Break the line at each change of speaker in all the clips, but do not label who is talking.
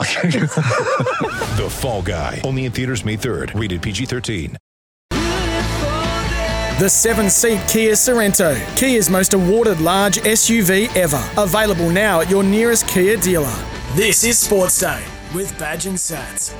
The Fall Guy. Only in theaters May 3rd. Rated PG-13.
The seven seat Kia Sorrento, Kia's most awarded large SUV ever. Available now at your nearest Kia dealer. This is Sports Day with Badge and Sats.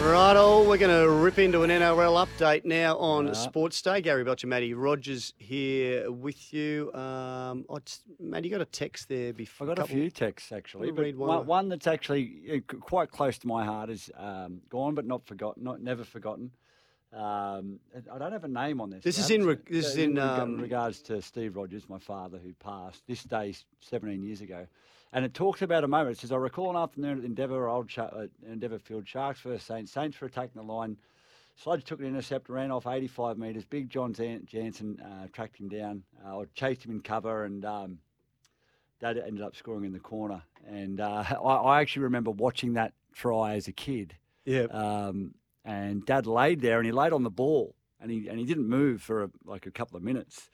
Righto, we're going to rip into an NRL update now on Sports Day. Gary Belcher, Matty Rogers here with you. Um, oh, it's, Matty, you got a text there
I
before.
got a few texts actually.
We'll
but
read one
one,
out.
one that's actually uh, c- quite close to my heart is um, gone, but not forgotten, not never forgotten. Um, I- I don't have a name on this.
This
I
is in
haven't
re-
seen-
this
uh,
is in,
rega-
um,
regards to Steve Rogers, my father, who passed this day s- 17 years ago. And it talks about a moment. It says, I recall an afternoon at Endeavour, old Sha- uh, Endeavour Field, Sharks versus Saints. Saints were attacking the line. Sludge took an intercept, ran off 85 metres. Big John Zan- Jansen uh, tracked him down uh, or chased him in cover and um, Dad ended up scoring in the corner. And uh, I, I actually remember watching that try as a kid.
Yeah.
Um, and Dad laid there, and he laid on the ball, and he and he didn't move for a, like a couple of minutes.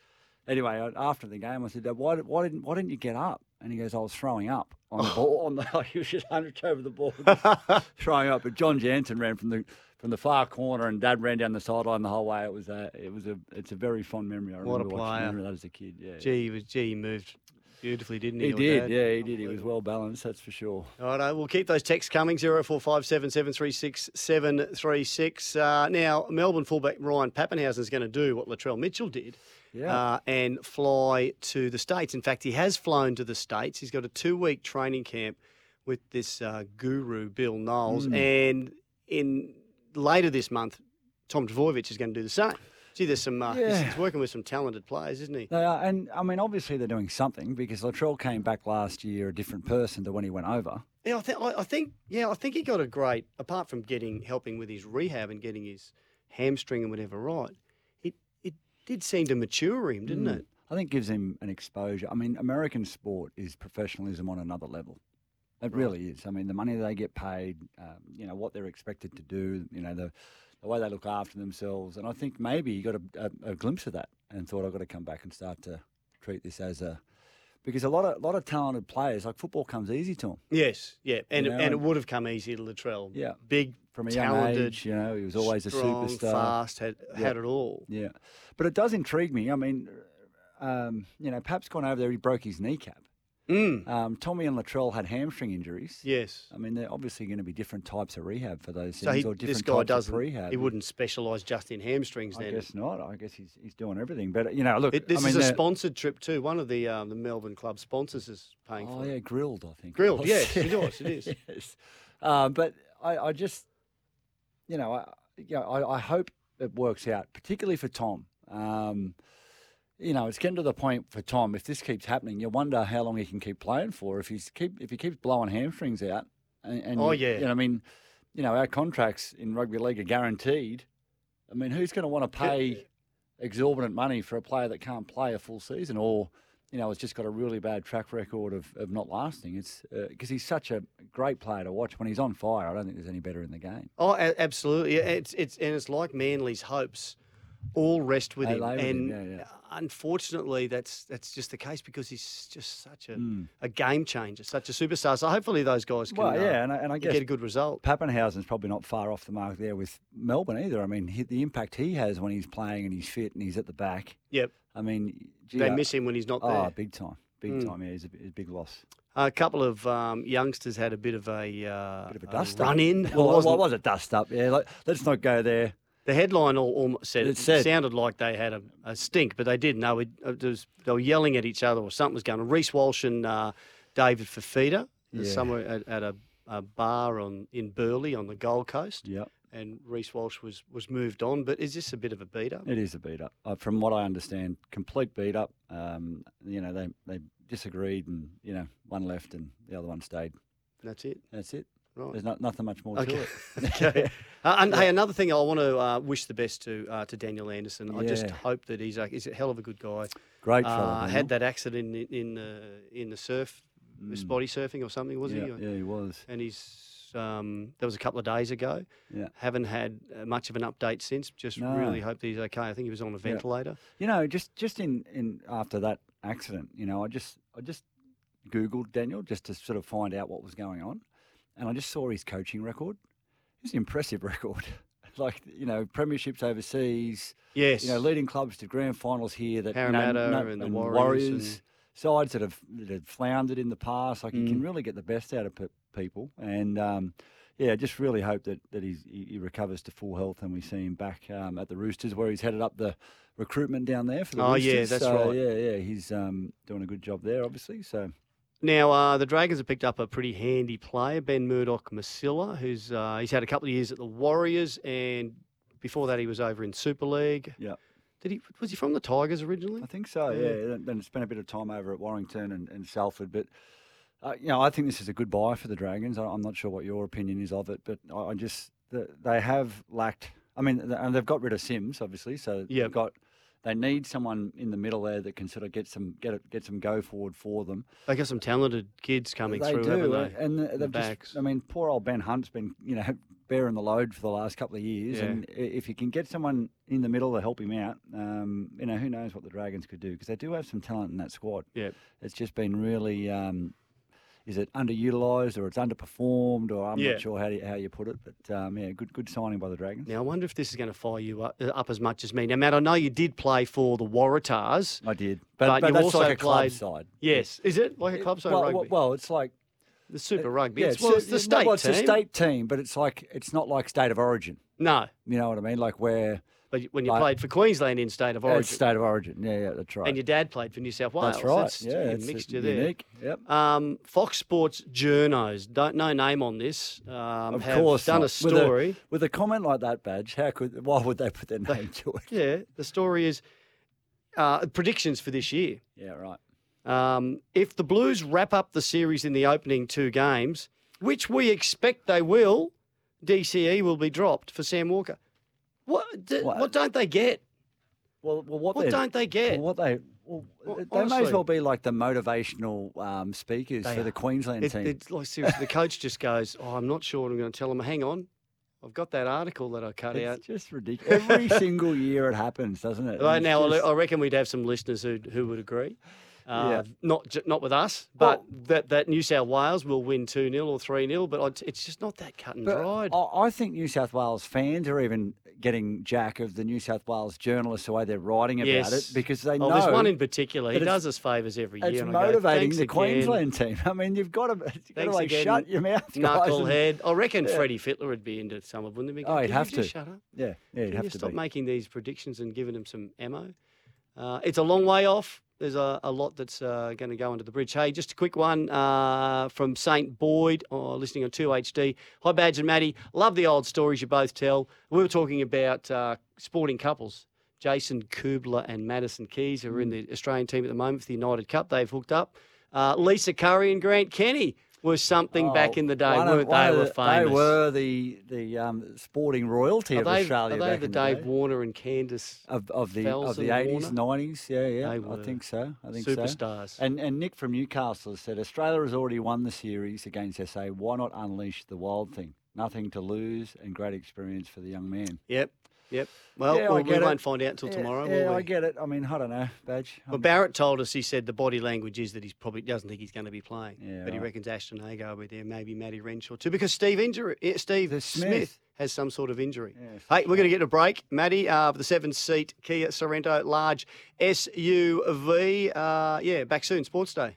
Anyway, I- after the game, I said, Dad, why, did- why didn't why didn't you get up? And he goes, I was throwing up on the
Oh.
ball. On the, he was just hunched over the ball, just throwing up. But John Jansen ran from the from the far corner, and Dad ran down the sideline the whole way. It was a it was a it's a very fond memory.
What
I
a
remember
player.
watching remember that as a kid. Yeah.
Gee, he was, gee, he moved beautifully, didn't he?
He
your
did,
dad?
yeah, he did. He was well balanced, that's for sure.
All right, we'll keep those texts coming 0457 736 736. Uh, now, Melbourne fullback Ryan Pappenhausen is going to do what Latrell Mitchell did
Yeah.
uh, and fly to the States. In fact, he has flown to the States. He's got a two week training camp with this uh, guru, Bill Knowles.
Hmm.
And in later this month, Tom Dvojevic is going to do the same. Gee, there's some, uh, he's,
Yeah.
he's working with some talented players, isn't he?
They are, and I mean, obviously they're doing something because Latrell came back last year a different person to when he went over.
Yeah, I think I I think yeah, I think he got a great apart from getting helping with his rehab and getting his hamstring and whatever right. It it did seem to mature him, didn't it?
Mm. I think gives him an exposure. I mean, American sport is professionalism on another level. It really is. I mean, the money they get paid, um, you know, what they're expected to do, you know, the, the way they look after themselves. And I think maybe he got a, a, a glimpse of that and thought, I've got to come back and start to treat this as a. Because a lot of lot of talented players, like football comes easy to them.
Yes, yeah, and
You know,
and it
and-
would have come easy to Latrell.
Yeah.
big
From a
talented,
young age, you know, he was always
strong,
a superstar.
fast, had had it all.
Yeah, but it does intrigue me. I mean, um, you know, Pap's gone over there. He broke his kneecap.
Mm.
Um, Tommy and Latrell had hamstring injuries.
Yes.
I mean, they're obviously going to be different types of rehab for those things,
So he,
or different
this guy
types
doesn't.
of rehab.
He wouldn't specialise just in hamstrings.
I
Then
guess not. I guess he's, he's doing everything. But you know, look,
It- this
I mean, uh,
is a
they're-
sponsored trip too. One of the um, the Melbourne club sponsors is paying
Oh
for. it.
yeah, grilled. I think. it
Grilled,
was.
yes, it was, it is.
yes. Uh, but I, I just, you know, I, you know, I, I hope it works out, particularly for Tom. Um, you know, it's getting to the point for Tom. If this keeps happening, you wonder how long he can keep playing for. If he's keep if he keeps blowing hamstrings out, and, and
Oh,
you-
yeah.
you know, I mean, you know, our contracts in rugby league are guaranteed. I mean, who's going to want to pay exorbitant money for a player that can't play a full season or, you know, has just got a really bad track record of, of not lasting? It's because he's such a great player to watch. When he's on fire, I don't think there's any better in the game.
Oh, a- absolutely. Yeah, It's it's and it's like Manly's hopes all rest with
They
him,
lay with
and
him, yeah, yeah.
unfortunately, that's that's just the case because he's just such a, a game changer, such a superstar. So hopefully, those guys can
Hmm. Well,
uh,
yeah, and I- and I
can
guess-
get a good result.
Pappenhausen's probably not far off the mark there with Melbourne either. I mean, he, the impact he has when he's playing and he's fit and he's at the back.
Yep,
I mean, gee,
they
I-
miss him when he's not
Oh,
there. Hmm.
big time. Big time. Yeah, he's a, he's a big loss.
A couple of um, youngsters had a bit of a, uh,
Bit of a dust up.
run in.
Well, well, it was a dust up. Yeah, like, let's not go there.
The headline al- almost said it,
It said-
sounded like they had a, a stink, but they didn't. They were, it uh, was, they were yelling at each other or something was going on. Reese Walsh and uh, David Fafita
Yeah.
somewhere at, at a, a bar on in Burleigh on the Gold Coast,
Yep.
and Reese Walsh was, was moved on. But is this a bit of a beat up?
It is a beat up, uh, from what I understand. Complete beat up. Um, you know, they they disagreed, and you know, one left and the other one stayed.
That's it.
That's it.
Right.
There's not, nothing much more
Okay.
to it.
okay. Uh, and hey, another thing I want to uh, wish the best to uh, to Daniel Anderson. I just
Yeah.
hope that he's a, he's a hell of a good guy.
Great fellow.
Uh, had that accident in in the in the surf, was body surfing or something, was
Mm. yeah,
he?
yeah, he was.
And he's um, that was a couple of days ago.
Yeah.
Haven't had uh, much of an update since. Just
No.
really hope that he's okay. I think he was on a ventilator.
You know, just just in in after that accident, you know, I just I just googled Daniel just to sort of find out what was going on, and I just saw his coaching record. It's an impressive record. like you know, premierships overseas.
Yes.
You know, leading clubs to grand finals here that you know,
Parramatta
no-
and the
Warriors,
Warriors and-
sides that have that have floundered in the past. Like you
Mm.
can really get the best out of pe- people, and um, yeah, just really hope that that he's, he he recovers to full health and we see him back um, at the Roosters where he's headed up the recruitment down there for the
Oh, yeah,
Roosters.
that's
So,
right.
Yeah, yeah, he's um, doing a good job there, obviously. So
Now uh, the Dragons have picked up a pretty handy player, Ben Murdoch Masilla, who's uh, he's had a couple of years at the Warriors, and before that he was over in Super League.
yeah.
Did he was he from the Tigers originally?
I think so. Yeah, Then- then spent a bit of time over at Warrington and, and Salford, but uh, you know, I think this is a good buy for the Dragons. I, I'm not sure what your opinion is of it, but I, I just the, they have lacked. I mean, th- and they've got rid of Sims, obviously. So
Yep.
they've got they need someone in the middle there that can sort of get some get a, get some go forward for them.
They got some talented kids coming
They
through,
do, eh?
haven't they?
and
The
they've
backs.
just. I mean, poor old Ben Hunt's been, you know, bearing the load for the last couple of years.
Yeah.
And i- if you can get someone in the middle to help him out, um, you know, who knows what the Dragons could do because they do have some talent in that squad.
Yeah.
It's just been really, um, is it underutilized or it's underperformed or I'm
Yeah.
not sure how you, how you put it, but um, yeah, good good signing by the Dragons.
Now I wonder if this is going to fire you up, uh, up as much as me. Now, Matt, I know you did play for the Waratahs.
I did,
But
but, but
you
that's
also
like a club
played-
side.
Yes, is it like a club side
well,
rugby?
well, well, it's like
the Super Rugby.
yeah,
it's, well, it's the state
well, it's
team.
a state team, but it's like it's not like state of origin.
No,
You know what I mean? Like where
but you- when you
Like-
played for Queensland in state of
That's
origin,
state of origin. Yeah, yeah, that's right.
and your dad played for New South Wales.
that's right.
you
yeah, it's
mixed you there.
unique. Yep.
Um, Fox Sports journos, don't no name on this. Um,
of
have
course.
done
not.
a story.
with a, with a comment like that, badge. How could? Why would they put their name to it?
Yeah, the story is uh, predictions for this year.
Yeah, right.
Um, if the Blues wrap up the series in the opening two games, which we expect they will, DCE will be dropped for Sam Walker. What? d-
What?
what don't they get?
Well, well, what,
What
they're-
don't they get?
Well, what they? Well,
Well,
they may
honestly.
as well be like the motivational um, speakers
They
for
are.
the Queensland
It,
team.
it's like seriously, the coach just goes, "Oh, I'm not sure what I'm going to tell them." Hang on, I've got that article that I cut out.
it's just ridiculous. Every single year it happens, doesn't it?
Right
It's
now, I
just-
I reckon we'd have some listeners who who would agree. Uh,
Yeah.
Not ju- not with us, but that, that New South Wales will win two 0 or three 0 But I'd- it's just not that cut and
But
dried.
I, I think New South Wales fans are even getting jack of the New South Wales journalists the way they're writing about
yes,
it because they
oh,
know
There's one in particular. He
that it's-
does us favours every year.
it's
and I go,
motivating
"Thanks
the
again,
Queensland team. I mean, you've got to, you've got to
Thanks
like
again,
shut your mouth, guys. and-
knucklehead. I reckon Freddie Fittler would be into some of them. Wouldn't he?
Oh, he'd
Can you
have
just
to.
Shut up.
Yeah, yeah, you
Can
have
you
to
stop
be.
making these predictions and giving them some ammo? Uh, it's a long way off. There's a, a lot that's uh, going to go under the bridge. Hey, just a quick one uh, from St. Boyd, or listening on 2HD. Hi, Badge and Maddie. Love the old stories you both tell. We were talking about uh, sporting couples. Jason Kubler and Madison Keys, who are in
Hmm.
the Australian team at the moment for the United Cup. They've hooked up. Uh, Lisa Curry and Grant Kenny were something back
Oh,
in the day,
one of-
weren't
one
they?
of
Were
the-
famous.
They were the the um, sporting royalty
Are
of
they,
Australia
are
back
they
in
the
the day.
Dave Warner and Candace
of, of the
Fells
of the
and
eighties,
Warner?
nineties. Yeah, yeah.
They
I
were
think so. I think
superstars.
So. And and Nick from Newcastle has said Australia has already won the series against SA. Why not unleash the wild thing? Nothing to lose and great experience for the young man.
Yep. Yep. Well,
Yeah, I
well, we
get it.
won't find out until tomorrow,
Yeah,
will
I
we?
get it. I mean, I don't know, badge.
Well, Barrett told us he said the body language is that he probably doesn't think he's going to be playing,
Yeah,
but he
right.
reckons Ashton Hagar will be there, maybe Matty Renshaw too, because Steve injury, eh, Steve Smith.
The Smith.
has some sort of injury.
Yeah, that's
hey, we're going to get a break, Matty, uh, for the seven-seat Kia Sorrento large SUV. Uh, yeah, back soon, Sports Day.